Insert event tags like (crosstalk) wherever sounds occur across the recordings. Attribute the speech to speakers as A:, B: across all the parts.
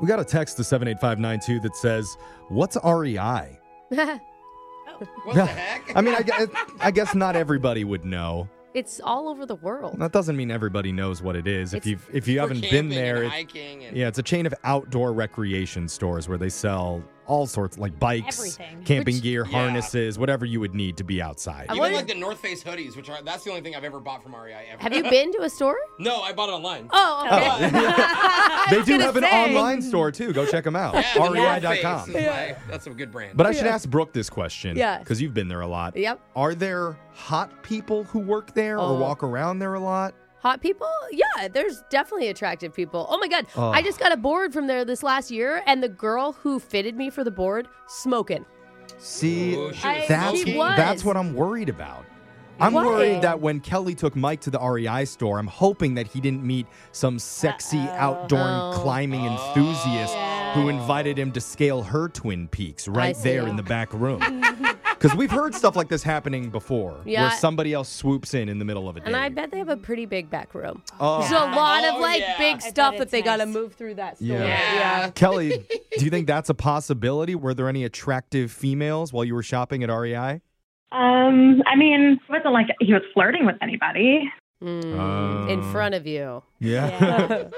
A: We got a text to 78592 that says, What's REI?
B: What the heck?
A: I mean,
B: (laughs)
A: I, gue- I guess not everybody would know.
C: it's all over the world.
A: That doesn't mean everybody knows what it is. If
C: It's-
A: you've if you
B: For
A: haven't been
B: camping
A: there,
B: and
A: it-
B: hiking and
A: yeah, it's a chain of outdoor recreation stores where they sell all sorts like bikes,
D: Everything.
A: camping
C: Which-
A: gear,
B: Yeah.
A: harnesses, whatever you would need to be outside.
C: I
B: even
C: wonder-
B: like the North Face hoodies, which are that's the only thing I've ever bought from REI ever.
C: Have you been to a
B: (laughs)
C: store?
B: no, I bought it online.
C: Oh, okay.
B: (laughs)
C: I
A: they
C: was
A: do
C: gonna
A: have an
C: say.
A: online store too. Go check them out. E
B: Yeah, the North Face
A: REI.com.
B: is my- That's a good brand.
A: But I should ask Brooke this question.
C: Yes.
A: Because you've been there a lot.
C: Yep.
A: Are there hot people who work there
C: Oh.
A: or walk around there a lot?
C: Hot people? Yeah, there's definitely attractive people. Oh my God.
A: Oh.
C: I just got a board from there this last year, and the girl who fitted me for the board, smoking.
A: See,
B: Ooh, she was I-
A: that's,
C: Oh, she was.
A: that's what I'm worried about. I'm
C: Why?
A: worried that when Kelly took Mike to the REI store, I'm hoping that he didn't meet some sexy outdoor
C: Oh.
A: climbing enthusiast who invited him to scale her Twin Peaks right
C: see.
A: there in the back
C: (laughs)
A: room. Because we've heard stuff like this happening before,
C: Yeah.
A: where somebody else swoops in in the middle of a day.
C: And I bet they have a pretty big back room.
A: Oh.
C: There's a lot
B: Oh,
C: of like
B: yeah. I
C: big
B: bet
C: stuff that
D: it's
C: they gotta
D: nice.
C: move through that store.
A: Yeah.
B: Yeah.
A: Kelly, do you think that's a possibility? Were there any attractive females while you were shopping at E REI?
E: Um, I mean, it wasn't like he was flirting with anybody.
C: Mm, in
A: Oh.
C: front of you.
A: Yeah.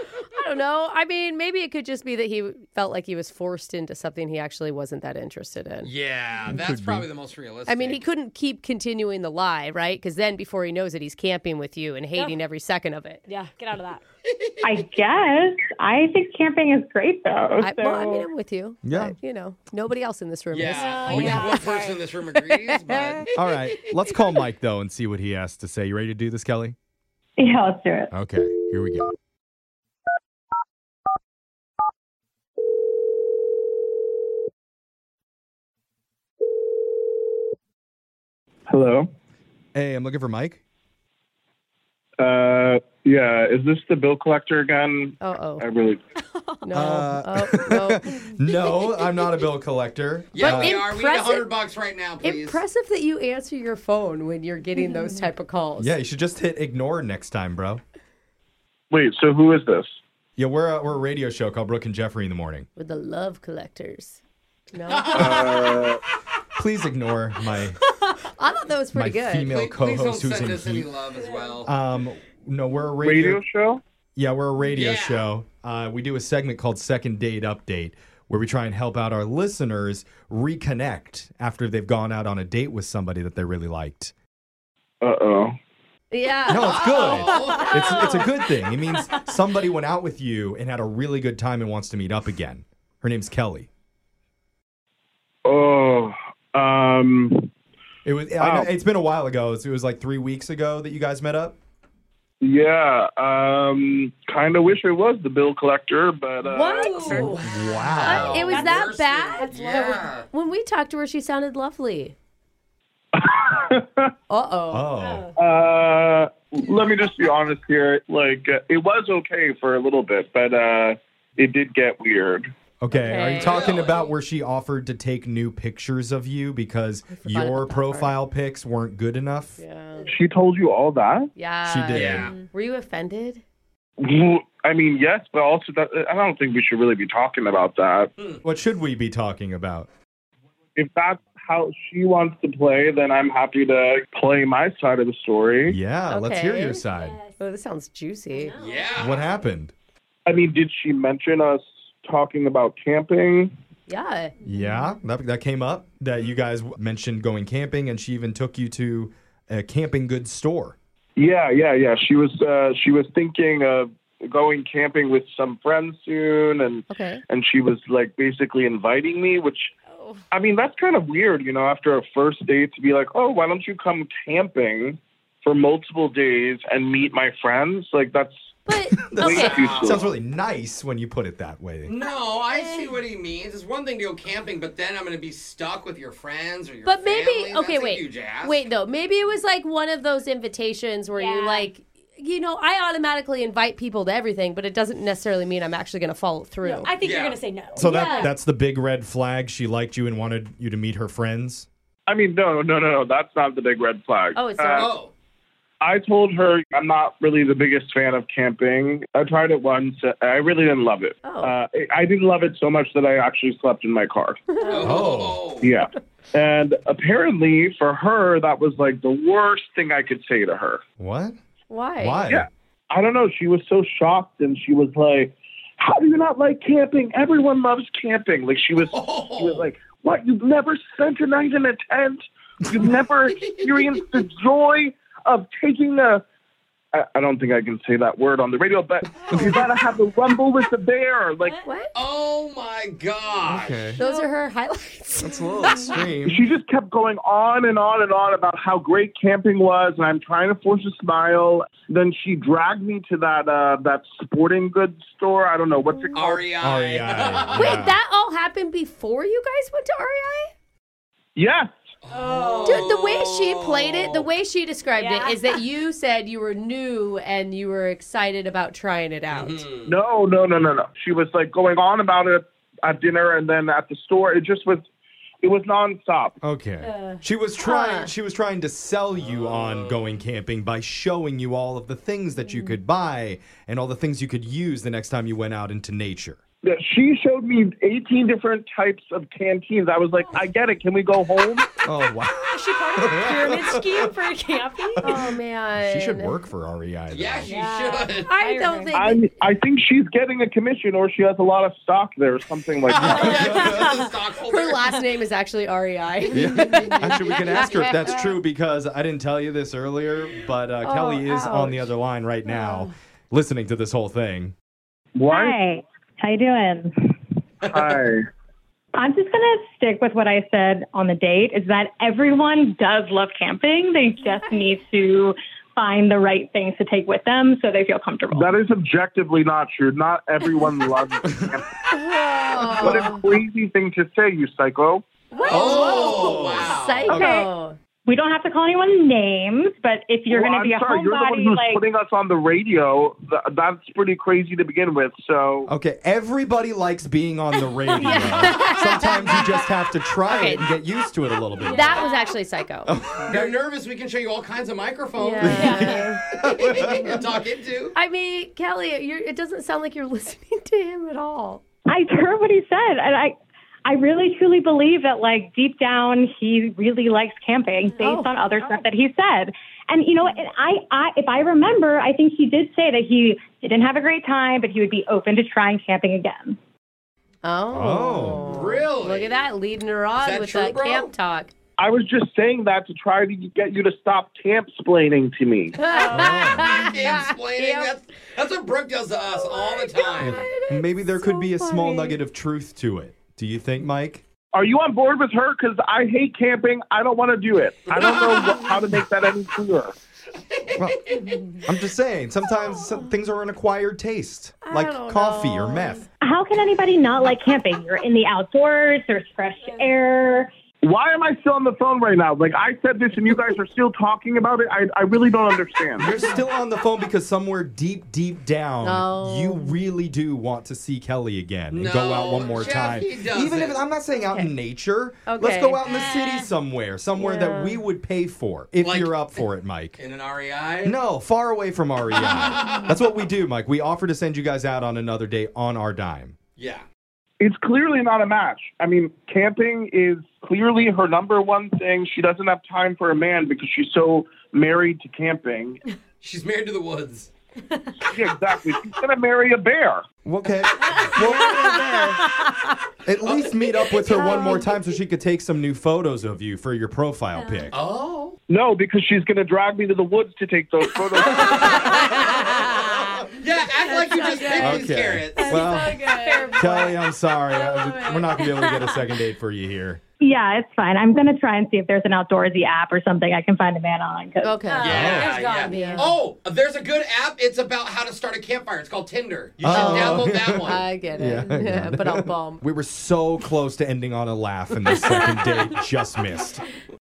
C: I don't know. I mean, maybe it could just be that he felt like he was forced into something he actually wasn't that interested in.
B: yeah, that's probably the most realistic.
C: I mean, he couldn't keep continuing the lie, right? Because then before he knows it, he's camping with you and hating every second of it.
D: Yeah, get out of that.
E: I guess. I think camping is great, though.
C: I,
E: so.
C: well, I mean, I'm with you.
A: Yeah.
C: but, you know, nobody else in this room
B: Yeah,
D: Oh,
B: only
D: yeah.
B: one person in this room
C: (laughs)
B: agrees, but
A: All right. Let's call Mike, though, and see what he has to say. You ready to do this, Kelly?
E: yeah, let's do it.
A: Okay. Here we go.
F: Hello.
A: Hey, I'm looking for Mike.
F: Uh, yeah, is this the bill collector again?
C: is.
F: (laughs)
C: Uh
F: I really.
C: oh. No.
A: Uh, (laughs)
C: oh, no.
A: no, I'm not a bill collector. Uh,
B: yeah,
C: But
B: we are. We need a
C: impressive-
B: hundred bucks right now, please.
C: Impressive that you answer your phone when you're getting those type of calls.
A: yeah, you should just hit ignore next time, bro.
F: Wait, so who is this?
A: Yeah, we're a, we're a radio show called Brooke and Jeffrey in the morning.
C: With the love collectors. No?
F: Uh,
A: Please ignore
B: (laughs)
A: my
C: I thought that was
A: my
C: pretty good.
A: female
B: Please, please don't
A: co-host who's
B: send
A: in
B: us any
A: heat.
B: love as well.
A: Um, no, we're a
F: radio show?
A: Yeah, we're a radio
B: Yeah.
A: show. Uh, we do a segment called Second Date Update where we try and help out our listeners reconnect after they've gone out on a date with somebody that they really liked.
F: Uh oh.
C: yeah.
A: No, it's good.
B: Oh.
A: It's, it's
C: (laughs)
A: a good thing. It means somebody went out with you and had a really good time and wants to meet up again. Her name's Kelly.
F: Oh. Um.
A: It was. I know,
F: Wow.
A: it's been a while ago. It was like three weeks ago that you guys met up.
F: Yeah. Um. Kind of wish it was the bill collector, but uh,
C: What?
A: Wow.
C: Uh, It was
B: Worse
C: that
B: than-
C: bad?
B: Yeah.
C: When we talked to her, she sounded lovely. Uh oh.
A: Oh.
F: Uh, let me just be honest here. Like, uh, it was okay for a little bit, but uh, it did get weird.
A: Okay. Are you
C: Okay.
A: talking about where she offered to take new pictures of you because
C: about
A: your
C: that part.
A: profile pics weren't good enough?
C: Yeah.
F: She told you all that?
C: Yeah.
A: She did.
B: Yeah.
C: Were you offended?
F: I mean, yes, but also that I don't think we should really be talking about that.
A: What should we be talking about?
F: If that's how she wants to play, then I'm happy to play my side of the story.
A: Yeah, let's hear
C: Okay.
A: your side.
C: Oh, this sounds juicy.
B: Yeah.
A: What happened?
F: I mean, did she mention us talking about camping?
C: Yeah.
A: Yeah, that, that came up that you guys w- mentioned going camping, and she even took you to a camping goods store.
F: Yeah, yeah, yeah. She was uh, she was thinking of going camping with some friends soon, and
C: Okay.
F: and she was like basically inviting me, which
D: Oh.
F: I mean that's kind of weird, you know, after a first date to be like, oh, why don't you come camping for multiple days and meet my friends? Like that's
C: But
F: way
C: okay.
F: too soon.
A: Sounds really nice when you put it that way.
B: No, I
C: Eh.
B: see what he means. It's one thing to go camping, but then I'm going to be stuck with your friends or your
C: But maybe okay,
B: family. That's a
C: wait.
B: huge ask.
C: Wait though. Maybe it was like one of those invitations where you
D: Yeah.
C: like you know, I automatically invite people to everything, but it doesn't necessarily mean I'm actually gonna follow through.
D: I think
B: Yeah.
D: you're gonna say no.
A: So that that's the big red flag. She liked you and wanted you to meet her friends.
F: I mean, no, no, no, no. That's not the big red flag.
C: Oh, it's not?
F: Uh,
B: Oh,
F: I told her I'm not really the biggest fan of camping. I tried it once. uh, I really didn't love it.
C: Oh.
F: Uh, I- I didn't love it so much that I actually slept in my car. (laughs)
A: Oh.
F: yeah. And apparently for her, that was like the worst thing I could say to her.
A: What?
C: Why?
A: Why?
F: Yeah. I don't know. She was so shocked and she was like, How do you not like camping? Everyone loves camping. Like, she was,
B: Oh.
F: she was like, What? You've never spent a night in a tent? You've never experienced the joy of taking a. I, I don't think I can say that word on the radio, but you gotta have the rumble with the bear. Like,
C: What?
B: Oh my gosh.
A: Okay.
C: Those are her highlights.
A: That's a little (laughs) extreme.
F: she just kept going on and on and on about how great camping was, and I'm trying to force a smile. Then she dragged me to that uh, that sporting goods store. I don't know what's it called.
B: REI.
A: REI. E Yeah.
C: (laughs) Wait, that all happened before you guys went to REI?
F: Yes.
B: Oh.
C: Dude, the way she played it,
A: Oh.
C: the way she described
D: Yeah.
C: it, is that
D: (laughs)
C: you said you were new and you were excited about trying it out.
B: Mhm.
F: No, no, no, no, no. She was like going on about it at dinner and then at the store. It just was, it was nonstop.
A: Okay. She was trying
C: Uh, huh.
A: she was trying to sell you
F: Oh.
A: on going camping by showing you all of the things that
C: Mm.
A: you could buy and all the things you could use the next time you went out into nature.
C: (laughs)
F: Yeah, She showed me 18 different types of canteens. I was like, I get it. Can we go home?
A: Oh wow.
D: Is she part of a pyramid scheme for camping?
A: (laughs)
C: Oh man.
A: She should work for REI. Though.
B: Yeah, she
D: Yeah.
B: should. (laughs)
C: I don't
D: Fireman.
C: think
F: I I think she's getting a commission or she has a lot of stock there or something like that.
C: (laughs)
B: Yeah, stockholder.
C: her last name is actually E REI.
A: (laughs) Yeah. Actually,
C: (laughs)
A: we can ask her if that's true because I didn't tell you this earlier, but uh,
C: Oh,
A: Kelly is on the other line right now, listening to this whole thing.
F: Why?
E: Hi. How you doing?
F: Hi.
E: I'm just gonna stick with what I said on the date. Is that everyone does love camping? They just
C: (laughs)
E: need to find the right things to take with them so they feel comfortable.
F: That is objectively not true. Not everyone loves camping. What a crazy thing to say, you psycho.
B: Oh, wow.
C: Psycho.
E: we don't have to call anyone names, but if you're
F: Well,
E: gonna
F: I'm
E: be a
F: sorry, you're the one
E: homebody,
F: who's
E: like
F: putting us on the radio. Th- that's pretty crazy to begin with. So
A: Okay, everybody likes being on
C: (laughs)
A: the radio. Sometimes you just have to try it and get used to it a little bit.
C: That was actually psycho.
A: Oh.
B: They're nervous. We can show you all kinds of microphones
C: Yeah.
B: (laughs) to
C: (laughs)
B: talk into.
C: I mean, Kelly, you're, it doesn't sound like you're (laughs) listening to him at all.
E: I heard what he said, and I, I really truly believe that like deep down he really likes camping based
C: Oh.
E: on other stuff that he said. And you know, and I, I, if I remember, I think he did say that he didn't have a great time, but he would be open to trying camping again.
C: Oh.
A: Oh.
B: Really?
C: Look at that, leading her on
B: that
C: with
B: true,
C: that
B: bro?
C: camp talk.
F: I was just saying that to try to get you to stop camp splaining
E: (laughs)
F: to me.
B: Explaining.
C: Yep. Oh
B: That's, that's what Brooke does to us all the time.
A: And maybe there could be a small
C: funny.
A: nugget of truth to it. Do you think, Mike?
F: Are you on board with her? Because I hate camping. I don't want to do it. I don't know wh- how to make that any clearer.
A: Well, I'm just saying, sometimes some, things are an acquired taste, like
C: Oh. don't
A: coffee or
C: know.
A: meth.
E: How can anybody not like camping? You're in the outdoors. There's fresh air.
F: Why am I still on the phone right now? Like I said this, and you guys are still talking about it. I, I really don't understand.
A: You're still on the phone because somewhere deep, deep down,
C: No.
A: you really do want to see Kelly again and go out one
B: No,
A: more
B: Jeff,
A: time.
B: he doesn't.
A: Even if I'm not saying out in nature, let's
C: Okay.
A: go out in the
B: (laughs)
A: city somewhere, somewhere that we would pay for if
B: Like-
A: you're up for it,
B: (laughs)
A: Mike.
B: In an E REI?
A: No, far away from REI.
B: (laughs)
A: That's what we do, Mike. We offer to send you guys out on another day on our dime.
B: Yeah.
F: It's clearly not a match. I mean, camping is clearly her number one thing. She doesn't have time for a man because she's so married to camping.
B: She's married to the woods.
F: Yeah, (laughs) exactly. She's gonna marry a bear.
A: (laughs) Okay. Well, at least meet up with her one more time so she could take some new photos of you for your profile pic.
B: Oh.
F: No, because she's gonna drag me to the woods to take those photos. (laughs)
B: Yeah, act like you just picked these
A: Okay.
B: carrots.
A: Well,
D: Fair
A: Kelly, I'm sorry. I- we're not going to be able to get a second date for you here.
E: Yeah, it's fine. I'm gonna try and see if there's an outdoorsy app or something I can find a man on. 'cause-
C: Okay.
B: Yeah,
D: there's gotta
B: yeah.
D: be.
B: Oh, there's a good app. It's about how to start a campfire. It's called Tinder. You should
A: Oh.
B: download that one.
A: (laughs)
C: I get it.
A: Yeah, I got it.
C: (laughs) but I'll bomb.
A: We were so close to ending on a laugh, and the second date just missed.